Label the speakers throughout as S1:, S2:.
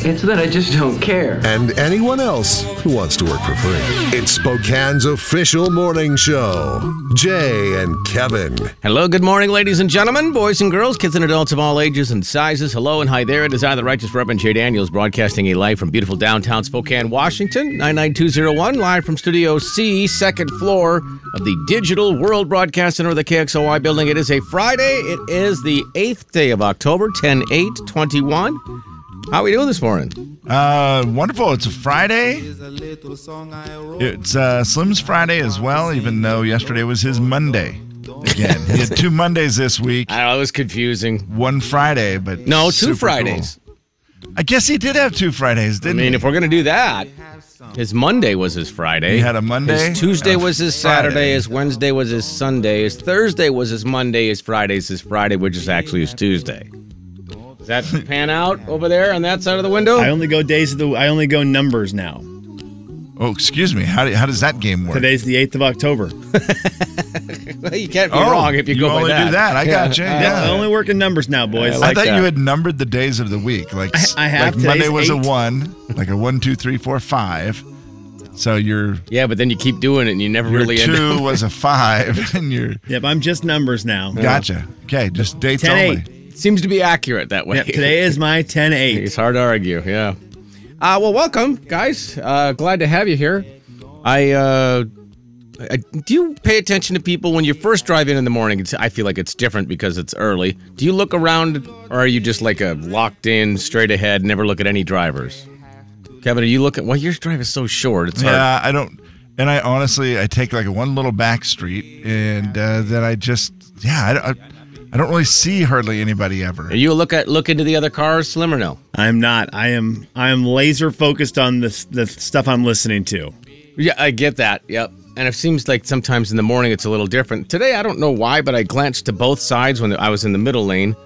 S1: It's that I just don't care.
S2: and anyone else who wants to work for free. It's Spokane's official morning show. Jay and Kevin.
S3: Hello, good morning, ladies and gentlemen, boys and girls, kids and adults of all ages and sizes. Hello and hi there. It is I, the Righteous Reverend Jay Daniels, broadcasting a live from beautiful downtown Spokane, Washington, 99201, live from Studio C, second floor of the Digital World Broadcast Center of the KXOY building. It is a Friday. It is the 8th day of October, 10 8 21. How are we doing this morning?
S4: Uh, wonderful. It's a Friday. It's uh, Slim's Friday as well, even though yesterday was his Monday. Again, he had two Mondays this week,
S3: I know, it was confusing.
S4: one Friday, but
S3: No,
S4: super
S3: two Fridays.
S4: cool. I guess he did have two Fridays,
S3: I
S4: didn't
S3: mean,
S4: he?
S3: if we're gonna do that, his Monday was his Friday.
S4: He had a Monday
S3: His Tuesday
S4: and a
S3: was his
S4: Friday.
S3: Saturday. His Wednesday was his Sunday. His Thursday was his Monday. His Friday's his Friday, which is actually his Tuesday. Does that pan out over there on that side of the window?
S5: I only go days of the. I only go numbers now.
S4: Oh, excuse me. How, do- how does that game work?
S5: Today's the eighth of October.
S3: you can't be
S4: oh,
S3: wrong if you, go by
S4: only
S3: that.
S4: do that. I got you. Yeah.
S5: I only work in numbers now, boys.
S3: I
S4: I,
S3: like
S4: thought
S3: that.
S4: you had numbered the days of the week. Like s-
S5: I have
S4: like Monday
S5: today's
S4: was a
S5: eight.
S4: one, like a one, two, three, four, five. So your
S3: Yeah, but then you keep doing it and you never
S4: your
S3: really end up.
S4: two was a five, and your
S5: yep, I'm just numbers now.
S4: Gotcha. Okay, just dates
S5: 10
S4: only.
S3: Seems to be accurate that way.
S5: Yep, today is my 10 8.
S3: It's hard to argue, yeah. Uh, well, welcome, guys. Uh, glad to have you here. I, uh, I do you pay attention to people when you first drive in in the morning? It's, I feel like it's different because it's early. Do you look around, or are you just like a locked in, straight ahead, never look at any drivers? Kevin, are you looking? Well, your drive is so short. It's hard.
S4: Yeah, I don't. And I honestly, I take like one little back street, and uh, then I just, yeah, I, don't- I, I don't really see hardly anybody ever.
S3: Are you a look at look into the other cars, Slim or no?
S5: I'm not. I am. I am laser focused on this the stuff I'm listening to.
S3: Yeah, I get that. Yep. And it seems like sometimes in the morning it's a little different. Today, I don't know why, but I glanced to both sides when I was in the middle lane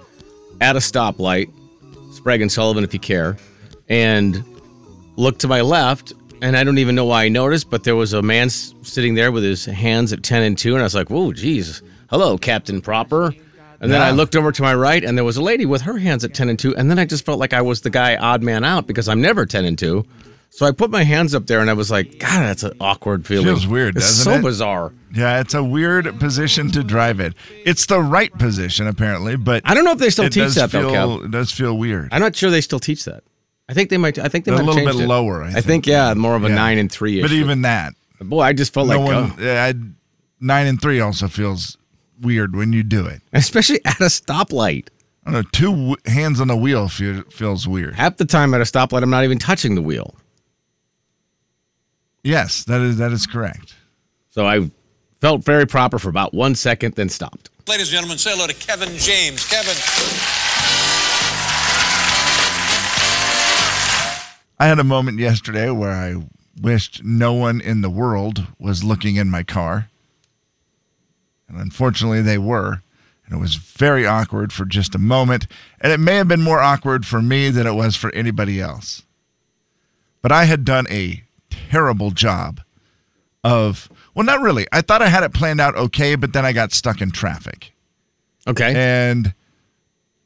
S3: at a stoplight, Sprague and Sullivan, if you care, and looked to my left. And I don't even know why I noticed, but there was a man s- sitting there with his hands at 10 and 2. And I was like, whoa, geez. Hello, Captain Proper. And then I
S4: Yeah.
S3: looked over to my right, and there was a lady with her hands at 10 and 2. And then I just felt like I was the guy odd man out because I'm never 10 and 2. So I put my hands up there, and I was like, God, that's an awkward feeling.
S4: Feels weird,
S3: it's
S4: doesn't
S3: so
S4: it?
S3: bizarre.
S4: Yeah, it's a weird position to drive in. It's the right position apparently, but
S3: I don't know if they still
S4: it
S3: teach
S4: does
S3: that,
S4: feel,
S3: though, Kev.
S4: It does feel weird.
S3: I'm not sure they still teach that. I think they might. I think they
S4: They're a
S3: might have
S4: little bit
S3: changed it.
S4: lower, I
S3: I
S4: think.
S3: think yeah, more of a
S4: Yeah.
S3: nine and three.
S4: but even that,
S3: boy, I just felt
S4: no
S3: like,
S4: one.
S3: oh.
S4: yeah, I, nine and three also feels weird when you do it. Oh,
S3: especially at a stoplight.
S4: I don't know. Two w- hands on the wheel fe- feels weird.
S3: Half the time at a stoplight, I'm not even touching the wheel.
S4: Yes, that is that is correct.
S3: So I felt very proper for about one second, then stopped.
S6: Ladies and gentlemen, say hello to Kevin James. Kevin.
S4: I had a moment yesterday where I wished no one in the world was looking in my car. And unfortunately, they were. And it was very awkward for just a moment. And it may have been more awkward for me than it was for anybody else. But I had done a terrible job of, well, not really. I thought I had it planned out okay, but then I got stuck in traffic.
S3: Okay.
S4: And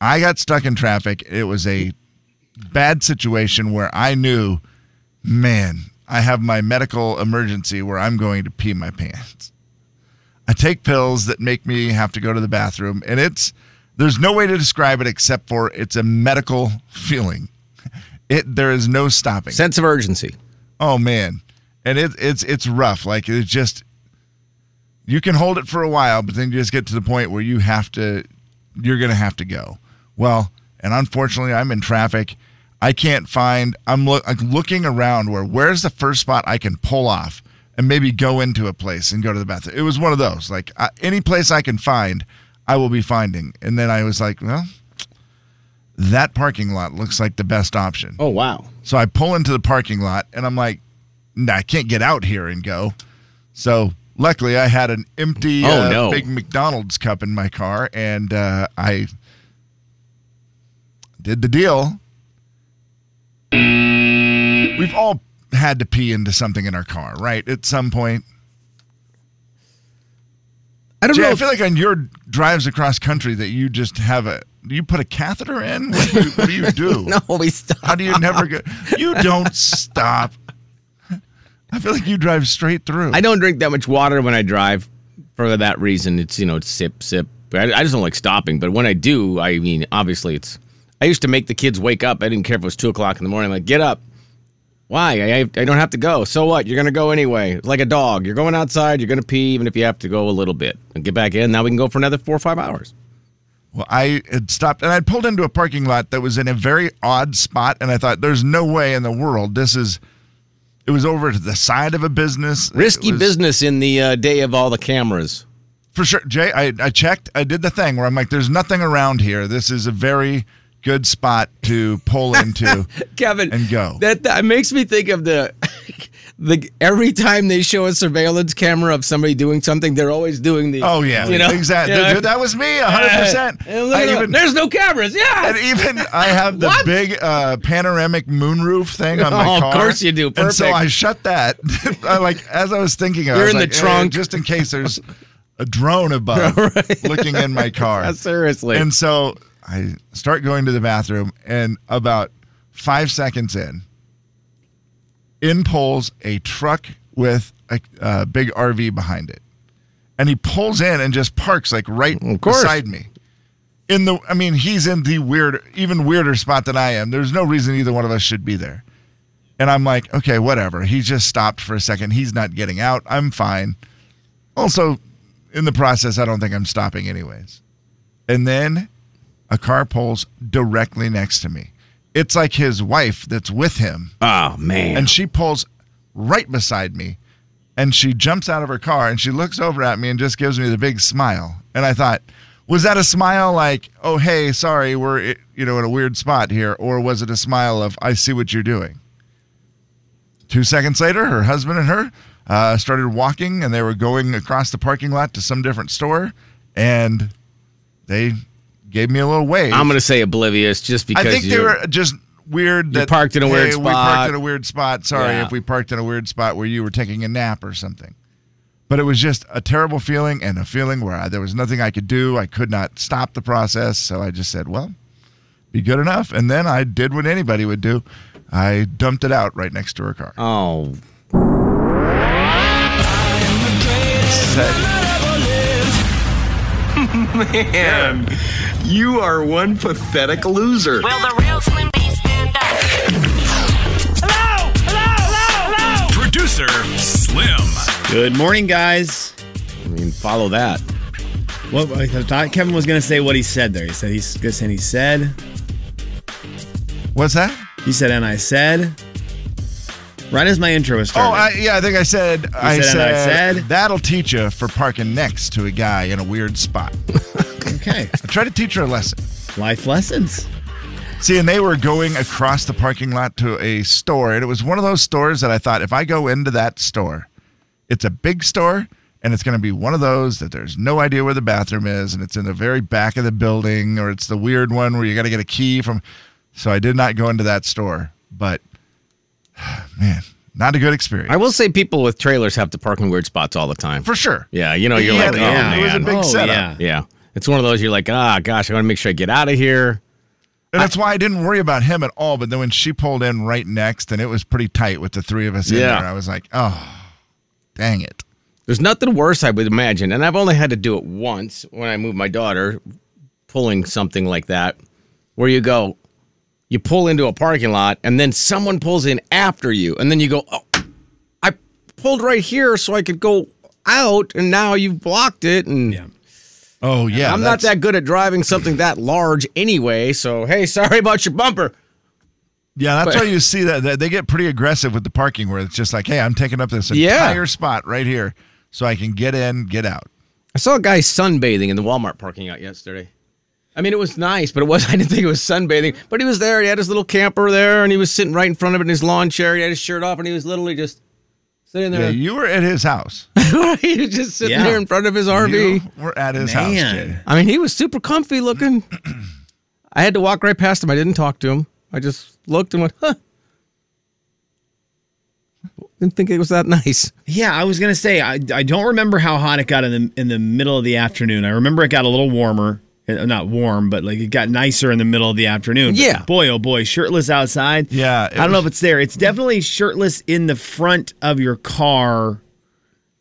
S4: I got stuck in traffic. It was a bad situation where I knew, man, I have my medical emergency where I'm going to pee my pants. I take pills that make me have to go to the bathroom, and it's there's no way to describe it except for it's a medical feeling. It there is no stopping.
S3: Sense of urgency.
S4: Oh man, and it, it's it's rough. Like it's just you can hold it for a while, but then you just get to the point where you have to, you're gonna have to go. Well, and unfortunately, I'm in traffic. I can't find. I'm, loo- like looking around where where's the first spot I can pull off and maybe go into a place and go to the bathroom. It was one of those. Like I, any place I can find, I will be finding. And then I was like, well, that parking lot looks like the best option.
S3: Oh wow.
S4: So I pull into the parking lot and I'm like, nah, I can't get out here and go. So luckily I had an empty
S3: Oh,
S4: uh,
S3: no.
S4: big McDonald's cup in my car and uh, I did the deal. We've all had to pee into something in our car, right? At some point.
S3: I don't
S4: Jay,
S3: know.
S4: I
S3: if-
S4: feel like on your drives across country that you just have a you put a catheter in? What do you, what do, you do?
S3: no, we stop.
S4: How do you never go? You don't stop. I feel like you drive straight through.
S3: I don't drink that much water when I drive for that reason. It's, you know, it's sip, sip. I, I just don't like stopping. But when I do, I mean, obviously it's. I used to make the kids wake up. I didn't care if it was two o'clock in the morning. I'm like, get up. Why? I, I don't have to go. So what? You're going to go anyway. It's Like a dog. You're going outside. You're going to pee, even if you have to go a little bit. And get back in. Now we can go for another four or five hours.
S4: Well, I had stopped and I pulled into a parking lot that was in a very odd spot, and I thought, "There's no way in the world this is." It was over to the side of a business. It
S3: Risky
S4: was-
S3: business in the uh, day of all the cameras.
S4: for sure. Jay, I, I checked. I did the thing where I'm like, "There's nothing around here. This is a very good spot to pull into."
S3: Kevin
S4: and go.
S3: That, that makes me think of the the every time they show a surveillance camera of somebody doing something, they're always doing the
S4: oh yeah,
S3: you know
S4: exactly.
S3: you know?
S4: Dude, that was me, 100. percent
S3: And look at the- there's no cameras. Yeah,
S4: And even I have the
S3: What?
S4: big uh, panoramic moonroof thing on my
S3: Oh, of
S4: car.
S3: course you do.
S4: And so
S3: Perfect.
S4: I shut that. I like as I was thinking, I
S3: You're
S4: was
S3: in the
S4: like, "Eh,
S3: trunk."
S4: just in case there's a drone above looking in my car.
S3: seriously.
S4: And so I start going to the bathroom, and about five seconds in, in pulls a truck with a uh, big RV behind it, and he pulls in and just parks like right
S3: Of course.
S4: beside me. In the, I mean, he's in the weird, even weirder spot than I am. There's no reason either one of us should be there. And I'm like, okay, whatever. He just stopped for a second. He's not getting out. I'm fine. Also, in the process, I don't think I'm stopping anyways. And then a car pulls directly next to me. It's like his wife that's with him,
S3: oh man,
S4: and she pulls right beside me, and she jumps out of her car and she looks over at me and just gives me the big smile. And I thought, was that a smile like, oh hey, sorry, we're you know in a weird spot here, or was it a smile of I see what you're doing? Two seconds later, her husband and her uh, started walking, and they were going across the parking lot to some different store, and they gave me a little wave.
S3: I'm gonna say oblivious just because
S4: I think they
S3: you're-
S4: were uh, just weird. That,
S3: parked in a weird
S4: hey, We
S3: spot."
S4: parked in a weird spot. Sorry
S3: Yeah.
S4: if we parked in a weird spot where you were taking a nap or something. But it was just a terrible feeling and a feeling where I, there was nothing I could do. I could not stop the process. So I just said, well, be good enough. And then I did what anybody would do. I dumped it out right next to her car.
S3: Oh,
S4: Said,
S7: Man, you are one pathetic loser.
S8: Will the real Slim B stand up?
S9: Producer Slim.
S5: Good morning, guys.
S3: I mean, follow that.
S5: What I thought Kevin was going to say what he said there. He said he's going to say he said.
S4: what's that?
S5: He said and I said. Right as my intro was
S4: Oh,
S5: starting.
S4: I, yeah, I think I said, I,
S5: said,
S4: said,
S5: and I said?
S4: that'll teach you for parking next to a guy in a weird spot.
S5: okay.
S4: I tried to teach her a lesson.
S5: Life lessons.
S4: See, and they were going across the parking lot to a store, and it was one of those stores that I thought if I go into that store, it's a big store, and it's going to be one of those that there's no idea where the bathroom is, and it's in the very back of the building, or it's the weird one where you got to get a key from. So I did not go into that store, but man, not a good experience
S3: I will say people with trailers have to park in weird spots all the time.
S4: for sure.
S3: yeah, you know, you're
S4: Yeah,
S3: like, oh
S4: yeah,
S3: man,
S4: it was a big
S5: Oh,
S4: setup.
S5: yeah.
S3: yeah. It's one of those you're like, ah, gosh, I want to make sure I get out of here.
S4: And that's why I didn't worry about him at all. But then when she pulled in right next, and it was pretty tight with the three of us in
S3: Yeah.
S4: there, I was like, oh, dang it.
S3: There's nothing worse, I would imagine, and I've only had to do it once when I moved my daughter, pulling something like that, where you go, you pull into a parking lot, and then someone pulls in after you, and then you go, oh, I pulled right here so I could go out, and now you've blocked it, and
S5: Yeah.
S4: Oh yeah,
S3: I'm not
S4: that's-
S3: that good at driving something that large anyway, so hey, sorry about your bumper.
S4: Yeah, that's
S3: But-
S4: why you see that, that they get pretty aggressive with the parking where it's just like, hey, I'm taking up this
S3: Yeah.
S4: entire spot right here so I can get in, get out.
S3: I saw a guy sunbathing in the Walmart parking lot yesterday. I mean, it was nice, but it was I didn't think it was sunbathing. But he was there. He had his little camper there, and he was sitting right in front of it in his lawn chair. He had his shirt off, and he was literally just sitting
S4: Yeah,
S3: there.
S4: you were at his house.
S3: he was just sitting
S5: Yeah.
S3: there in front of his RV.
S4: You were at his house,
S5: Man.
S4: Jay.
S3: I mean, he was super comfy looking. I had to walk right past him. I didn't talk to him. I just looked and went, huh. Didn't think it was that nice.
S5: Yeah, I was gonna say I, I don't remember how hot it got in the in the middle of the afternoon. I remember it got a little warmer, Eh, not warm, but like it got nicer in the middle of the afternoon. But
S3: Yeah.
S5: boy, oh boy, shirtless outside.
S4: Yeah, it
S5: I don't know
S4: was-
S5: if it's there. It's definitely shirtless in the front of your car.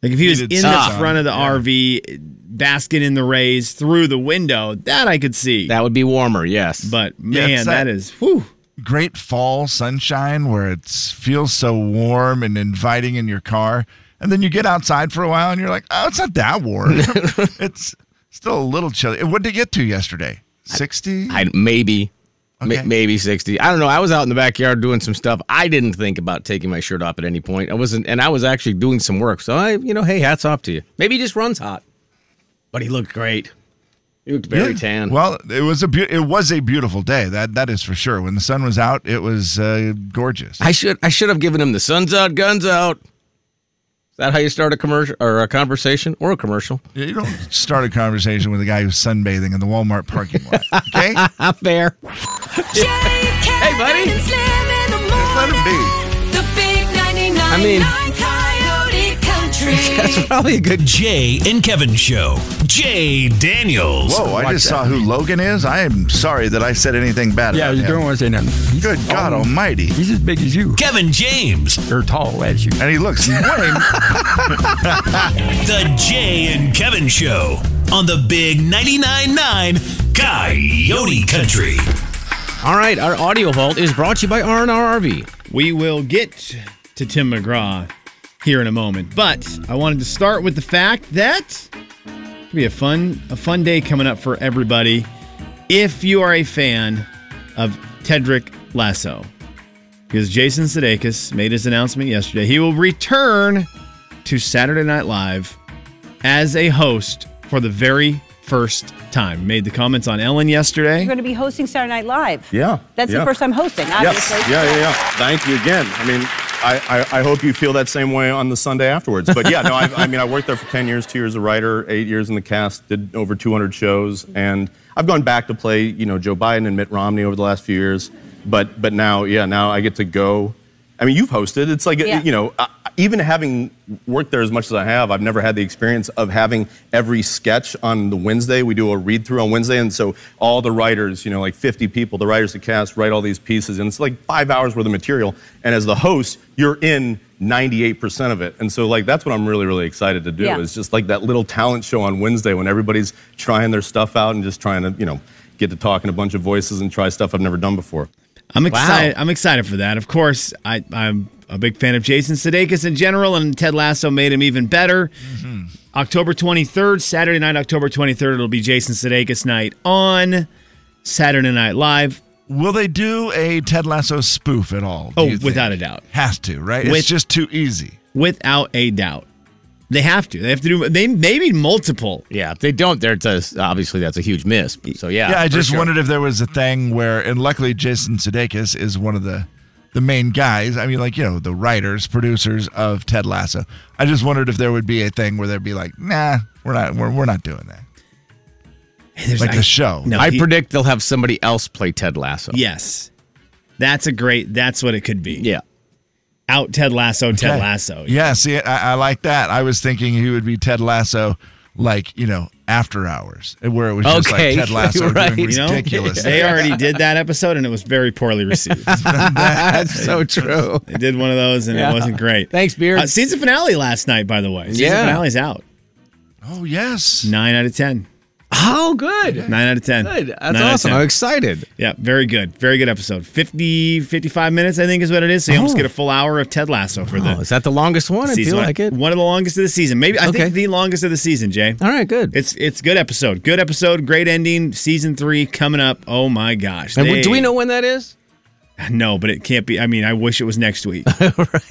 S5: Like if he was in
S4: Heated
S5: the
S4: seats on,
S5: front of the
S4: yeah.
S5: RV, basket in the rays through the window, that I could see.
S3: That would be warmer, yes.
S5: but
S4: Yeah,
S5: man,
S4: it's that-
S5: that is whew.
S4: Great fall sunshine where it feels so warm and inviting in your car. And then you get outside for a while and you're like, oh, it's not that warm. it's still a little chilly. What did it get to yesterday? 60?
S3: I maybe ma-
S4: Okay.
S3: maybe 60. I don't know. I was out in the backyard doing some stuff. I didn't think about taking my shirt off at any point. I wasn't and I was actually doing some work. So I, you know, hey, hats off to you. Maybe he just runs hot. But he looked great. He looked very
S4: Yeah.
S3: tan.
S4: Well, it was a beau- it was a beautiful day. That that is for sure. When the sun was out, it was uh, gorgeous.
S3: I should I should have given him the sun's out, guns out. Is that how you start a commercial or a conversation or a commercial?
S4: You don't start a conversation with a guy who's sunbathing in the Walmart parking lot. Okay, just
S3: Not fair.
S8: Jay, Kevin,
S3: Hey, buddy.
S8: and Slim in the
S4: let him
S8: morning.
S4: be.
S8: The big 99
S3: I mean-
S8: Coyote Country.
S3: That's probably a good
S9: Jay and Kevin Show. Jay Daniels.
S4: Whoa! I just saw who Logan is. I am sorry that I said anything bad.
S10: Yeah,
S4: about
S10: you
S4: him.
S10: don't want to say nothing. He's
S4: Good God
S10: tall.
S4: Almighty!
S10: He's as big as you,
S9: Kevin James.
S10: or tall as you.
S4: And he looks. way-
S9: The Jay and Kevin Show on the Big 99.9 9 Coyote Country.
S3: All right, our audio vault is brought to you by R&R RV.
S5: We will get to Tim McGraw here in a moment, but I wanted to start with the fact that it'll be a fun a fun day coming up for everybody. If you are a fan of Tedrick Lasso, because Jason Sudeikis made his announcement yesterday, he will return to Saturday Night Live as a host for the very first time. Made the comments on Ellen yesterday.
S11: You're going to be hosting Saturday Night Live.
S12: Yeah.
S11: That's
S12: yeah.
S11: the first time hosting,
S12: Yes.
S11: obviously.
S12: Yeah, yeah, yeah. Thank you again. I mean, I, I, I hope you feel that same way on the Sunday afterwards. But yeah, no, I, I mean, I worked there for 10 years, two years a writer, eight years in the cast, did over 200 shows. And I've gone back to play, you know, Joe Biden and Mitt Romney over the last few years. But, but now, yeah, now I get to go. I mean, you've hosted. It's like,
S11: Yeah.
S12: you know, I, even having worked there as much as I have, I've never had the experience of having every sketch on the Wednesday. We do a read through on Wednesday, and so all the writers, you know, like 50 people, the writers, the cast, write all these pieces, and it's like five hours worth of material. And as the host, you're in 98% of it. And so, like, that's what I'm really, really excited to do
S11: Yeah.
S12: is just like that little talent show on Wednesday when everybody's trying their stuff out and just trying to, you know, get to talk in a bunch of voices and try stuff I've never done before.
S5: I'm excited. I'm excited for that. Of course, I, I'm a big fan of Jason Sudeikis in general, and Ted Lasso made him even better.
S4: Mm-hmm.
S5: October 23rd, Saturday night, October 23rd, it'll be Jason Sudeikis night on Saturday Night Live.
S4: Will they do a Ted Lasso spoof at all? do
S5: Oh,
S4: you think?
S5: without a doubt,
S4: Has to, right?
S5: With-
S4: it's just too easy.
S5: without a doubt, they have to. They have to do. They maybe multiple.
S3: Yeah, if they don't, there's a, obviously that's a huge miss. So yeah.
S4: Yeah, I
S3: for
S4: just
S3: sure.
S4: wondered if there was a thing where, and luckily Jason Sudeikis is one of the the main guys. I mean, like you know, the writers, producers of Ted Lasso. I just wondered if there would be a thing where they'd be like, nah, we're not, we're, we're not doing that.
S5: There's-
S4: Like
S5: I-
S4: the show.
S5: No,
S3: I
S5: he-
S3: predict they'll have somebody else play Ted Lasso.
S5: Yes, that's a great. That's what it could be.
S3: Yeah.
S5: Out Ted Lasso, Ted
S4: Okay.
S5: Lasso.
S4: Yeah, see, I, I like that. I was thinking he would be Ted Lasso, like you know, after hours, where it was just
S3: Okay,
S4: like Ted Lasso
S3: right.
S4: doing
S3: You
S5: know?
S4: ridiculous.
S5: They already did that episode, and it was very poorly received.
S3: That's so true.
S5: They did one of those and
S3: Yeah.
S5: it wasn't great.
S3: Thanks, Beard.
S5: Uh, season finale last night, by the way. Season
S3: Yeah.
S5: finale's out.
S4: Oh yes,
S5: Nine out of ten.
S3: Oh, good.
S5: Nine out of ten.
S3: Good. That's
S5: Nine out of
S3: awesome.
S5: 10.
S3: I'm excited.
S5: Yeah, very good. Very good episode. 50, 55 minutes, I think is what it is. So you almost
S3: Oh.
S5: get a full hour of Ted Lasso for
S3: Oh,
S5: the
S3: is that the longest one? I
S5: season.
S3: feel
S5: one,
S3: like it.
S5: One of the longest of the season. Maybe I
S3: Okay.
S5: think the longest of the season, Jay.
S3: All right, good.
S5: It's it's good episode. Good episode. Great ending. Season three coming up. Oh my gosh.
S3: and
S5: They-
S3: do we know when that is?
S5: No, but it can't be. I mean, I wish it was next week.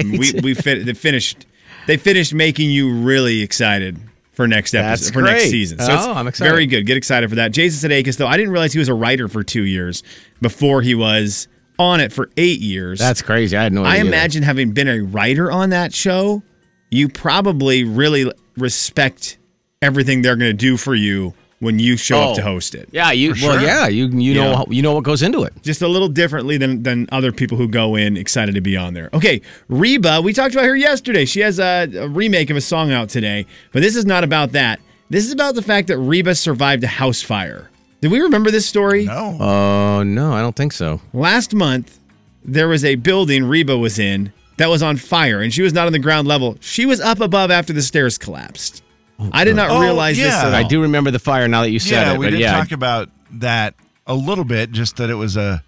S5: We we fi- they finished. They finished making you really excited for next episode
S3: That's
S5: for next
S3: great.
S5: season.
S3: Oh, I'm excited.
S5: Very good. Get excited for that. Jason Sudeikis, though, I didn't realize he was a writer for two years before he was on it for eight years.
S3: That's crazy. I had no
S5: I
S3: idea.
S5: imagine having been a writer on that show, you probably really respect everything they're going to do for you when you show
S3: Oh.
S5: up to host it.
S3: Yeah, you.
S5: For
S3: Well,
S5: sure.
S3: yeah, you. You know.
S5: Yeah.
S3: how- You know what goes into it.
S5: Just a little differently than than other people who go in excited to be on there. Okay, Reba, we talked about her yesterday. She has a, a remake of a song out today, but this is not about that. This is about the fact that Reba survived a house fire. Did we remember this story? No.
S3: Oh no, I don't think so.
S5: Last month, there was a building Reba was in that was on fire, and she was not on the ground level. She was up above after the stairs collapsed. I did not
S4: Oh,
S5: realize this
S4: yeah.
S5: at all.
S3: I do remember the fire now that you said
S4: yeah,
S3: it.
S4: we
S3: but
S4: did
S3: yeah,
S4: talk about that a little bit, just that it was a.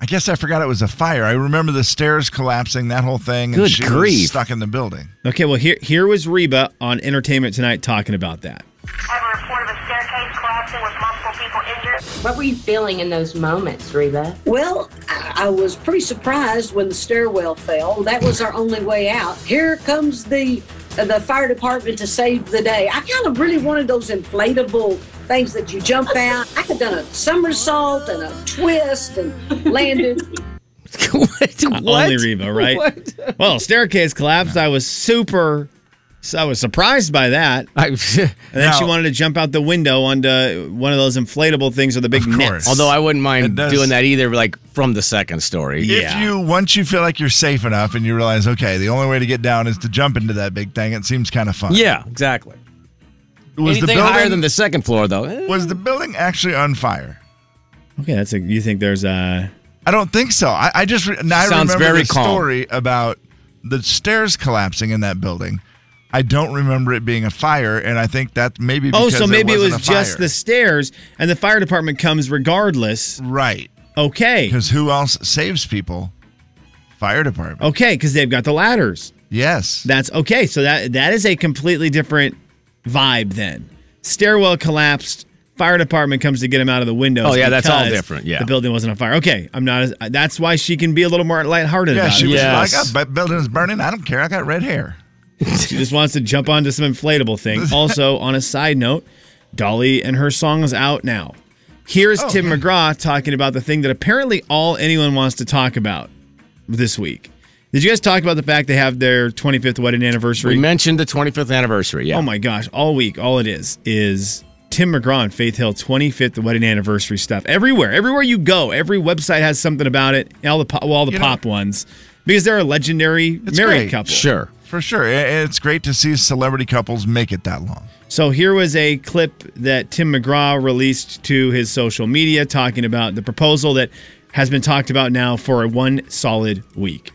S4: I guess I forgot it was a fire. I remember the stairs collapsing, that whole thing.
S5: Good
S4: and she was
S5: grief.
S4: stuck in the building.
S5: Okay, well here here was Reba on Entertainment Tonight talking about that.
S13: What were you feeling in those moments, Reba?
S14: Well, I I was pretty surprised when the stairwell fell. That was our only way out. Here comes the uh, the fire department to save the day. I kind of really wanted those inflatable things that you jump out. I could have done a somersault and a twist and landed.
S5: Uh, Only Reba, right? Well, staircase collapsed. I was super. So I was surprised by that. and then she
S3: Now-
S5: wanted to jump out the window onto one of those inflatable things with the big nets.
S3: Although I wouldn't mind
S5: does-
S3: doing that either, like from the second story.
S4: If you once you feel like you're safe enough and you realize, okay, the only way to get down is to jump into that big thing, it seems kind of fun.
S3: Yeah, exactly.
S4: Was the
S3: Anything
S4: building
S3: higher than the second floor, though. eh?
S4: was the building actually on fire?
S5: Okay, that's a. You think there's a.
S4: I don't think so. I, I just re- now I
S3: Sounds
S4: remember
S3: very
S4: the
S3: calm.
S4: story about the stairs collapsing in that building. I don't remember it being a fire, and I think that maybe
S5: Oh,
S4: because
S5: so maybe it
S4: wasn't
S5: was
S4: a fire.
S5: just the stairs, and the fire department comes regardless.
S4: Right.
S5: Okay.
S4: Because who else saves people? Fire department.
S5: Okay, because they've got the ladders.
S4: Yes.
S5: That's okay. So that that is a completely different vibe then. Stairwell collapsed. Fire department comes to get him out of the windows.
S3: Oh, yeah, that's all
S5: because
S3: different, yeah.
S5: the building wasn't on fire. Okay, I'm not. As, that's why she can be a little more lighthearted.
S4: Yeah,
S5: about
S4: she
S5: it.
S4: was like, "Ah, "I got bu- building's burning. I don't care. I got red hair."
S5: she just wants to jump onto some inflatable thing. Also, on a side note, Dolly and her song is out now. Here's
S15: Oh,
S5: Tim
S15: yeah.
S5: McGraw talking about the thing that apparently all anyone wants to talk about this week. Did you guys talk about the fact they have their 25th wedding anniversary?
S3: We mentioned the 25th anniversary. Yeah.
S5: Oh my gosh, all week, all it is is Tim McGraw and Faith Hill 25th wedding anniversary stuff. Everywhere, everywhere you go, every website has something about it. All the pop, well, all the
S4: You know-
S5: pop ones because they're a legendary
S4: It's great.
S5: married couple.
S4: for sure. And it's great to see celebrity couples make it that long.
S5: So here was a clip that Tim McGraw released to his social media talking about the proposal that has been talked about now for one solid week.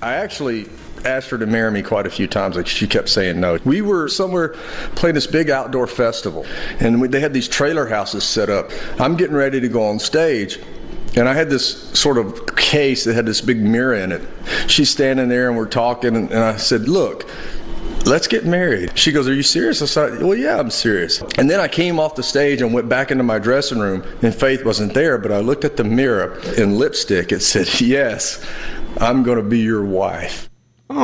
S16: I actually asked her to marry me quite a few times. Like she kept saying no. We were somewhere playing this big outdoor festival, and we, they had these trailer houses set up. I'm getting ready to go on stage. And I had this sort of case that had this big mirror in it. She's standing there and we're talking, and, and I said, Look, let's get married. She goes, Are you serious? I said, Well, yeah, I'm serious. And then I came off the stage and went back into my dressing room, and Faith wasn't there, but I looked at the mirror in lipstick. It said, Yes, I'm going to be your wife.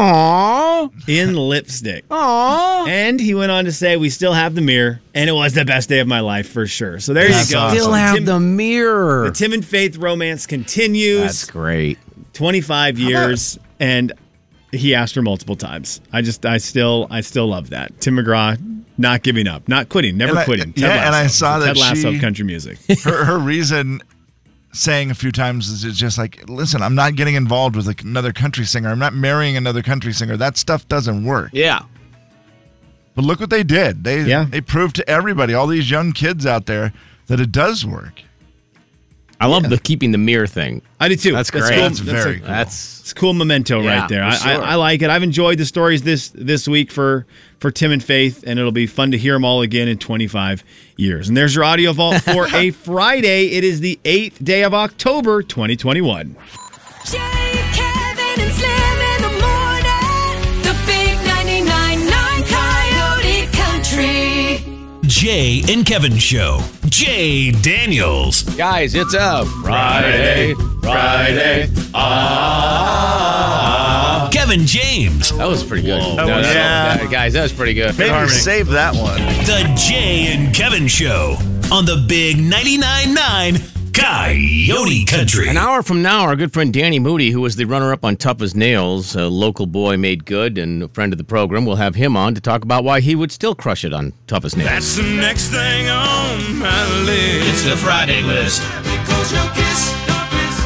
S5: Aww. In lipstick. Aww. And he went on to say, We still have the mirror, and it was the best day of my life for sure. So there
S3: That's
S5: you go.
S3: Still
S5: So
S3: have
S5: Tim-
S3: the mirror.
S5: The Tim and Faith romance continues.
S3: That's great.
S5: 25 years, and he asked her multiple times. I just, I still, I still love that. Tim McGraw not giving up, not quitting, never
S4: And I-
S5: quitting.
S4: yeah, and I
S5: Lasso.
S4: saw that
S5: Ted Lasso of
S4: she-
S5: country music.
S4: her, her reason saying a few times is it's just like, listen, I'm not getting involved with like, another country singer. I'm not marrying another country singer. That stuff doesn't work.
S3: Yeah.
S4: But look what they did. They they proved to everybody, all these young kids out there, that it does work.
S3: I love the keeping the mirror thing.
S5: I do too.
S3: That's great.
S5: cool.
S3: That's
S5: a-
S3: very cool. That's-
S5: it's a cool memento
S3: Yeah,
S5: right there. I,
S3: for
S5: I,
S3: sure.
S5: I like it. I've enjoyed the stories this this week for for Tim and Faith, and it'll be fun to hear them all again in 25 years. And there's your audio vault for a Friday. It is the eighth day of October, 2021.
S8: Jay, Kevin, and Slim in the morning. The big 99.9 Coyote Country.
S9: Jay and Kevin Show. Jay Daniels.
S3: Guys, it's a
S9: Friday,
S8: Friday,
S9: Ah. Kevin James. That was pretty good.
S3: No, that- yeah. that- guys, that was pretty good.
S9: Maybe save
S4: that one.
S9: The Jay and Kevin Show on the Big 99.9 9 Coyote Country.
S3: An hour from now, our good friend Danny Moody, who was the runner-up on Tough as Nails, a local boy made good and a friend of the program, will have him on to talk about why he would still crush it on Tough as Nails.
S8: That's the next thing on my list.
S9: It's the Friday list.
S8: Because your kiss, your kiss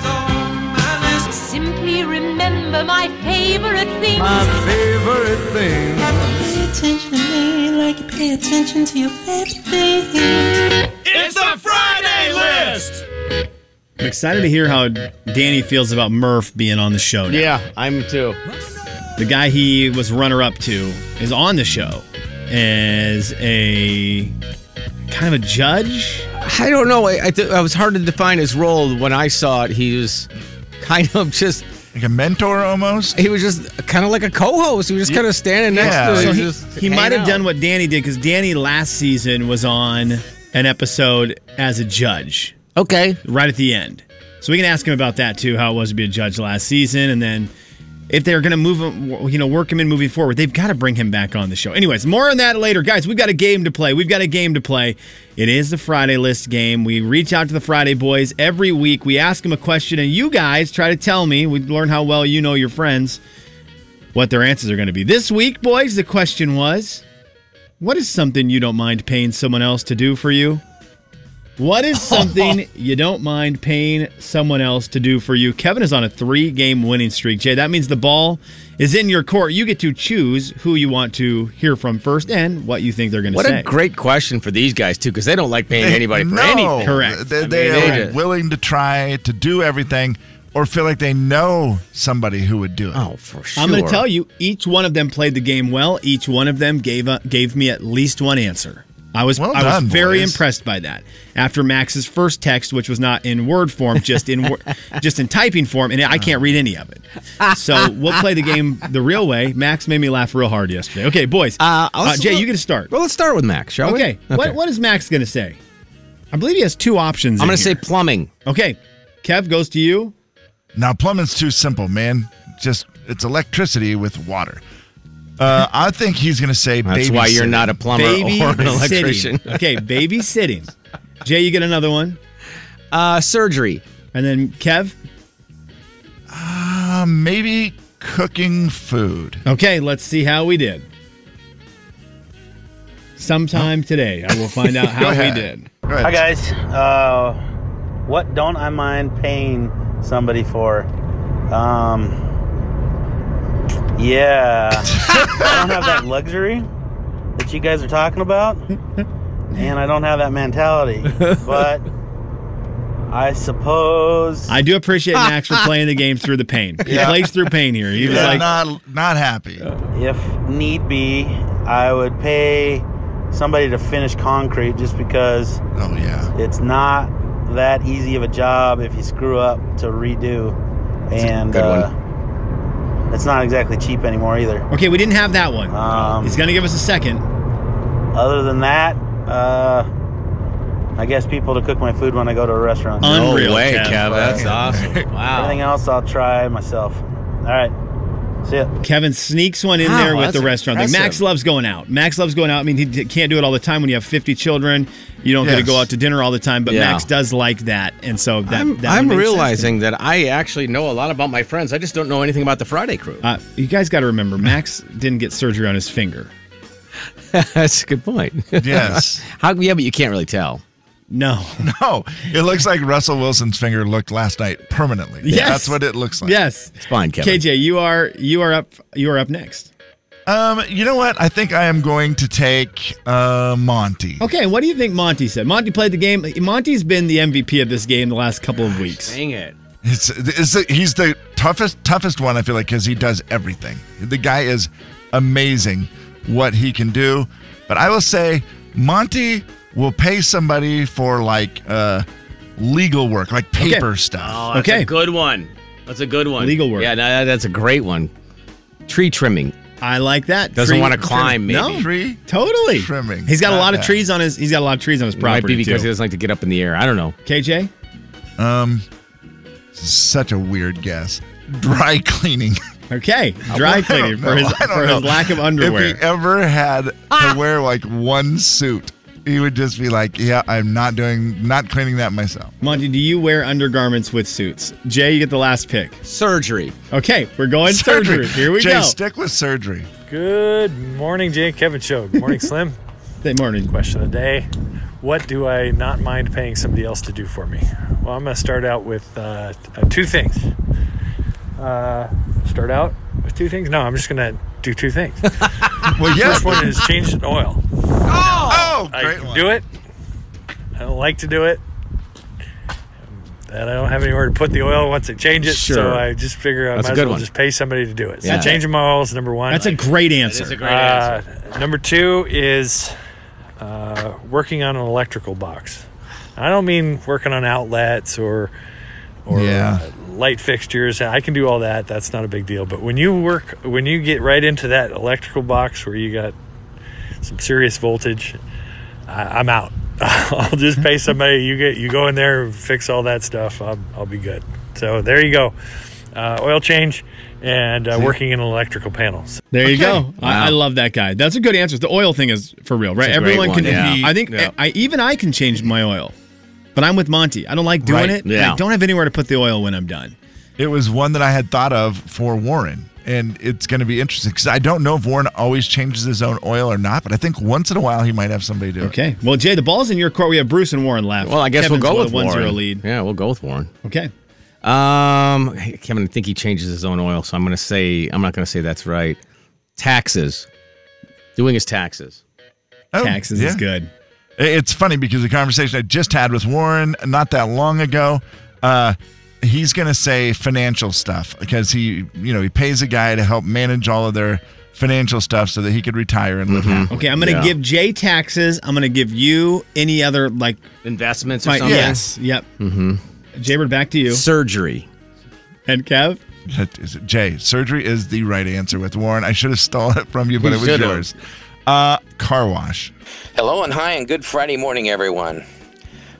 S8: is on my list. Simply remember my favorite thing.
S15: favorite thing.
S8: Pay attention to me like you pay attention to your favorite thing. It's the Friday list.
S5: I'm excited to hear how Danny feels about Murph being on the show. Now.
S3: Yeah, I'm too.
S5: The guy he was runner up to is on the show as a kind of a judge.
S3: I don't know. I, I, th- I was hard to define his role when I saw it. He was kind of just
S4: like a mentor almost.
S3: He was just kind of like a co-host. He was just kind of standing next to.
S5: So
S3: him,
S5: he,
S3: just
S5: he
S3: hanging
S5: might have
S3: out.
S5: done what Danny did because Danny last season was on an episode as a judge.
S3: Okay.
S5: Right at the end. So we can ask him about that too, how it was to be a judge last season, and then if they're going to move him, you know, work him in moving forward, they've got to bring him back on the show. Anyways, more on that later, guys. We've got a game to play. We've got a game to play. It is the Friday List game. We reach out to the Friday boys every week. We ask them a question, and you guys try to tell me. We learn how well you know your friends what their answers are going to be. This week, boys, the question was what is something you don't mind paying someone else to do for you? What is something you don't mind paying someone else to do for you? Kevin is on a three game winning streak, Jay. That means the ball is in your court. You get to choose who you want to hear from first and what you think they're going to
S3: What
S5: say.
S3: a great question for these guys too, because they don't like paying anybody for
S4: no,
S3: anything.
S4: Correct. They,
S3: I mean,
S4: they
S3: they
S4: are
S3: just-
S4: willing to try to do everything or feel like they know somebody who would do it.
S3: Oh, for
S5: I'm going to tell you, each one of them played the game well. Each one of them gave a, gave me at least one answer. I was I
S4: done,
S5: was very
S4: boys.
S5: impressed by that. After Max's first text, which was not in word form, just in wor- just in typing form, and I can't read any of it. So we'll play the game the real way. Max made me laugh real hard yesterday. Okay, boys. Uh,
S3: let's-
S5: Jay, you get to start.
S3: Well, let's start with Max, shall we?
S5: Okay. What what is Max going to say? I believe he has two options.
S4: I'm
S5: going
S4: gonna say
S5: to
S3: plumbing.
S5: Okay, Kev goes to you.
S4: Now plumbing's too simple, man. Just it's electricity with water. Uh, I think he's gonna say.
S3: That's why you're
S4: babysitting.
S3: not a plumber or an electrician.
S5: Babysitting. okay, babysitting. Jay, you get another one.
S3: Uh, surgery.
S5: And then Kev.
S4: Uh, maybe cooking food.
S5: Okay, let's see how we did. Sometime today, I will find out how we did.
S17: Hi guys. Uh, what don't I mind paying somebody for? Um, yeah, I don't have that luxury that you guys are talking about, and I don't have that mentality. But I suppose
S5: I do appreciate Max for playing the game through the pain. He
S17: Yeah.
S5: plays through pain here. He was
S17: Yeah,
S5: like,
S4: not not happy.
S17: If need be, I would pay somebody to finish concrete just because.
S4: Oh yeah.
S17: It's not that easy of a job if you screw up to redo,
S5: That's a
S17: and
S5: good one.
S17: uh, it's not exactly cheap anymore either.
S5: okay, we didn't have that one.
S17: Um,
S5: He's going to give us a second.
S17: Other than that, uh, I guess people to cook my food when I go to a restaurant.
S3: No Unreal, way, Kev. Kev. That's awesome. Wow.
S17: Everything else I'll try myself. All right. See ya.
S5: Kevin sneaks one in
S17: Wow,
S5: there with
S17: that's
S5: the restaurant thing. Max
S17: impressive.
S5: loves going out. Max loves going out. I mean, he d- can't do it all the time when you have 50 children. You don't get to
S3: Yes.
S5: go out to dinner all the time, but
S3: Yeah.
S5: Max does like that. And so that, that
S3: I'm, I'm
S5: makes sense to
S3: realizing that I actually know a lot about my friends. I just don't know anything about the Friday crew.
S5: Uh, you guys got to remember, Max didn't get surgery on his finger.
S3: That's a good point.
S4: Yes.
S3: How? Yeah, but you can't really tell.
S5: No.
S4: No. It looks like Russell Wilson's finger looked last night permanently.
S5: Yes.
S4: That's what it looks like.
S5: Yes.
S3: It's fine,
S5: KJ, you are you are up you are up next.
S4: Um, you know what? I think I am going to take uh Monty.
S5: Okay, what do you think Monty said? Monty played the game. Monty's been the MVP of this game the last couple of weeks.
S3: Dang it.
S4: It's, it's the, he's the toughest toughest one I feel like because he does everything. The guy is amazing what he can do. But I will say Monty will pay somebody for like uh legal work, like paper stuff.
S3: Oh, that's a good one. That's a good one.
S4: Legal work.
S3: Yeah, no, that- that's a great one. Tree trimming.
S5: I like that.
S3: Doesn't
S5: Tree-
S3: wanna
S5: trim-
S3: climb, maybe.
S5: No, tree totally trimming. He's got a
S3: Not
S5: lot of
S3: bad.
S5: trees on his. He's got a lot of trees on his
S3: It might
S5: property
S3: be because
S5: too.
S3: he doesn't like to get up in the air. I don't know.
S5: KJ,
S4: Um, such a weird guess. Dry cleaning.
S5: Okay, dry cleaning for his- for his lack of underwear.
S4: If he ever had to wear like one suit, he would just be like, "Yeah, I'm not doing, not cleaning that myself."
S5: Monty, do you wear undergarments with suits? Jay, you get the last pick.
S3: Surgery.
S5: Okay, we're going surgery. Here we
S4: Jay,
S5: go.
S4: Stick with surgery.
S18: Good morning, Jay and Kevin Show. Good morning, Slim.
S5: Good morning.
S18: Question of the day What do I not mind paying somebody else to do for me? Well, I'm going to start out with uh, t- uh, two things. Uh, start out with two things? No, I'm just going to do two things.
S4: well,
S18: the
S8: yeah.
S18: first one is change the oil.
S8: Oh,
S18: I can do it. I don't like to do it. And I don't have anywhere to put the oil once I change it.
S5: Sure.
S18: So I just figure I
S5: That's a
S18: might as
S5: good
S18: well
S5: one.
S18: just pay somebody to do it. So
S5: Yeah.
S18: changing my oil is number one.
S5: That's a great answer.
S18: That is a great answer. Number two is uh, working on an electrical box. I don't mean working on outlets or or
S4: Yeah.
S18: uh, light fixtures. I can do all that. That's not a big deal. But when you work, when you get right into that electrical box where you got some serious voltage, I, I'm out. I'll just pay somebody. You get you go in there and fix all that stuff. I'll, I'll be good. So there you go. Uh, oil change and uh, working in electrical panels.
S5: There you go. I, I love that guy. That's a good answer. The oil thing is for real, right?
S18: It's a great
S5: Everyone
S18: one,
S5: can.
S18: yeah. e,
S5: I think
S18: Yeah.
S5: I, even I can change my oil, but I'm with Monty. I don't like doing
S4: Right.
S5: it. and
S4: Yeah.
S5: I don't have anywhere to put the oil when I'm done.
S4: It was one that I had thought of for Warren, and it's going to be interesting because I don't know if Warren always changes his own oil or not, but I think once in a while he might have somebody do it.
S5: Okay. Well, Jay, the ball's in your court. We have Bruce and Warren left.
S3: Well, I guess
S5: Kevin's
S3: we'll go
S5: a
S3: with
S5: one
S3: Warren.
S5: zero lead.
S3: Yeah, we'll go with Warren.
S5: Okay.
S3: Um, Kevin, I think he changes his own oil, so I'm gonna say I'm not gonna say that's right. Taxes, doing his taxes.
S4: Oh,
S3: Taxes is
S5: good.
S4: It's funny because the conversation I just had with Warren not that long ago, uh, he's going to say financial stuff because he, you know, he pays a guy to help manage all of their financial stuff so that he could retire and live happily.
S5: Mm-hmm. Okay, I'm going to give Jay taxes. I'm going to give you any other like
S3: investments
S4: or something?
S5: Yes. Yep.
S3: Mm-hmm.
S5: Jaybird, back to you.
S3: Surgery.
S5: And Kev?
S4: That is it. Jay, surgery is the right answer with Warren. I should have stolen it from you, but
S19: You
S4: it was
S19: should have.
S4: yours. Uh, car wash.
S19: Hello and hi and good Friday morning, everyone.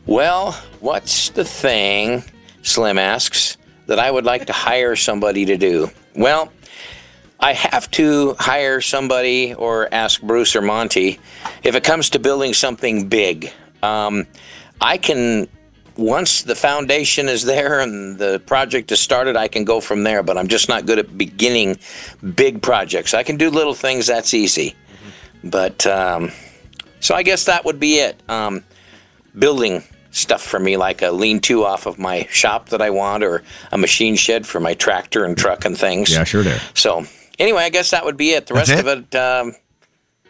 S19: Well, what's the thing, Slim asks, that I would like to hire somebody to do? Well, I have to hire somebody or ask Bruce or Monty if it comes to building something big. Um, I can, once the foundation is there and the project is started, I can go from there, but I'm just not good at beginning big projects. I can do little things, that's easy. But um, so I guess that would be it. Um, building stuff for me, like a lean to off of my shop that I want, or a machine shed for my tractor and truck and things.
S3: Yeah, sure there.
S19: So anyway, I guess that would be it. The
S3: That's
S19: rest of it, um,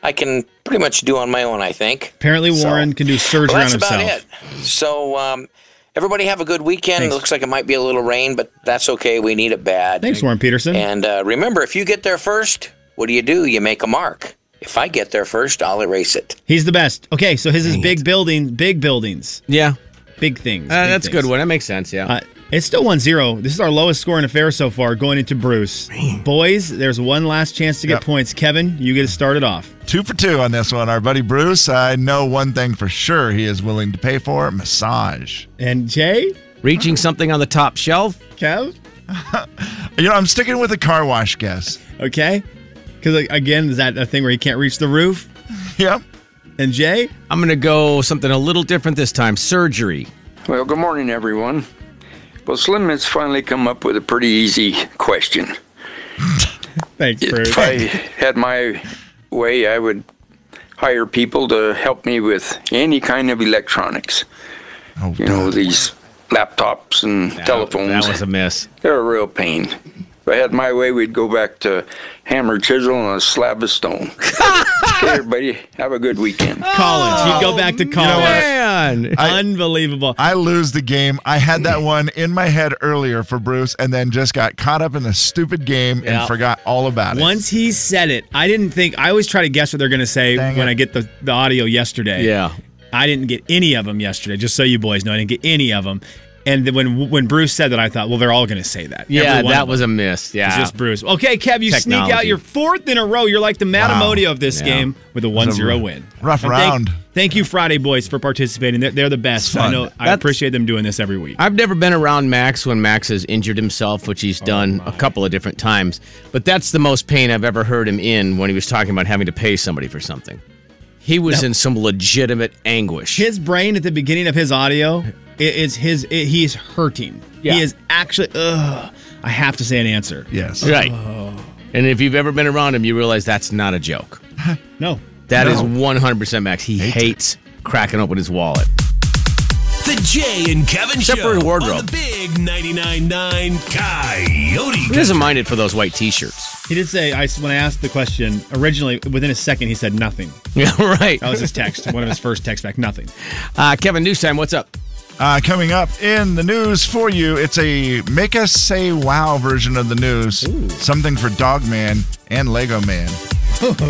S19: I can pretty much do on my own. I think.
S5: Apparently,
S19: So-
S5: Warren can do surgery
S19: Well,
S5: on
S19: that's
S5: himself.
S19: about it. So um, everybody have a good weekend.
S5: Thanks.
S19: It looks like it might be a little rain, but that's okay. We need it bad.
S5: Thanks, Warren Peterson.
S19: And uh, remember, if you get there first, what do you do? You make a mark. If I get there first, I'll erase it.
S5: He's the best. Okay, so his is big building, big buildings.
S3: Yeah.
S5: Big things.
S3: Uh,
S5: big
S3: that's a
S5: things.
S3: good one. That makes sense. Yeah.
S5: Uh, it's still 1 0. This is our lowest score in a fair so far going into Bruce. Boys, there's one last chance to get
S4: Yep.
S5: points. Kevin, you get to start it off.
S4: Two for two on this one. Our buddy Bruce, I know one thing for sure he is willing to pay for massage.
S5: And Jay?
S3: Reaching something on the top shelf.
S5: Kev?
S4: you know, I'm sticking with a car wash guess.
S5: Okay. Because, again, is that a thing where he can't reach the roof?
S4: Yep.
S5: And Jay?
S3: I'm gonna go something a little different this time. Surgery.
S20: Well, good morning, everyone. Well, Slim has finally come up with a pretty easy question.
S5: Thanks, Bruce.
S20: If I had my way, I would hire people to help me with any kind of electronics.
S5: Oh,
S20: you know, these laptops and telephones.
S3: That was a miss.
S20: They're a real pain. If I had my way, we'd go back to hammer, chisel, and a slab of stone. okay, everybody, have a good weekend.
S5: College. He'd go
S4: Oh,
S5: back to college.
S3: Oh, man.
S5: Unbelievable.
S4: I lose the game. I had that one in my head earlier for Bruce and then just got caught up in the stupid game
S5: Yeah.
S4: and forgot all about it.
S5: Once he said it, I didn't think. I always try to guess what they're going to say when I get the, the audio yesterday.
S3: Yeah.
S5: I didn't get any of them yesterday, just so you boys know. I didn't get any of them. And then when when Bruce said that, I thought, well, they're all going to say that.
S3: Yeah,
S5: Every one
S3: that
S5: of
S3: was
S5: them.
S3: a miss. Yeah,
S5: It's just Bruce. Okay, Kev, you sneak out
S3: Technology.
S5: your fourth in a row. You're like the Matamodio of this
S3: Yeah.
S5: game with a
S3: It was a
S5: 1 0
S3: rough-
S5: win.
S3: rough
S5: And
S3: round.
S5: Thank, thank you, Friday Boys, for participating. They're, they're the best. I
S3: fun.
S5: know. I
S3: That's-
S5: appreciate them doing this every week.
S3: I've never been around Max when Max has injured himself, which
S5: Oh,
S3: he's done a couple of different times. But that's the most pain I've ever heard him in when he was talking about having to pay somebody for something. He was in some legitimate anguish.
S5: His brain at the beginning of his audio i- is his. i he is hurting. He is actually. Ugh, Oh. I have to say an answer.
S4: Yes.
S3: Right. And if you've ever been around him, you realize that's not a joke.
S5: no.
S3: That is
S5: No.
S3: 100% Max. He hates cracking open his wallet.
S9: The Jay and Kevin
S3: Except
S9: Show
S3: for his wardrobe.
S9: on the Big 99.9 Coyote.
S3: He doesn't mind it for those white T-shirts.
S5: He did say, I, when I asked the question originally, within a second, he said nothing.
S3: Yeah, right.
S5: That was his text, one of his first texts back, nothing.
S3: Uh, Kevin Newstime, what's up?
S4: Uh, coming up in the news for you, it's a make us say wow version of the news. Something for Dog Man and Lego Man.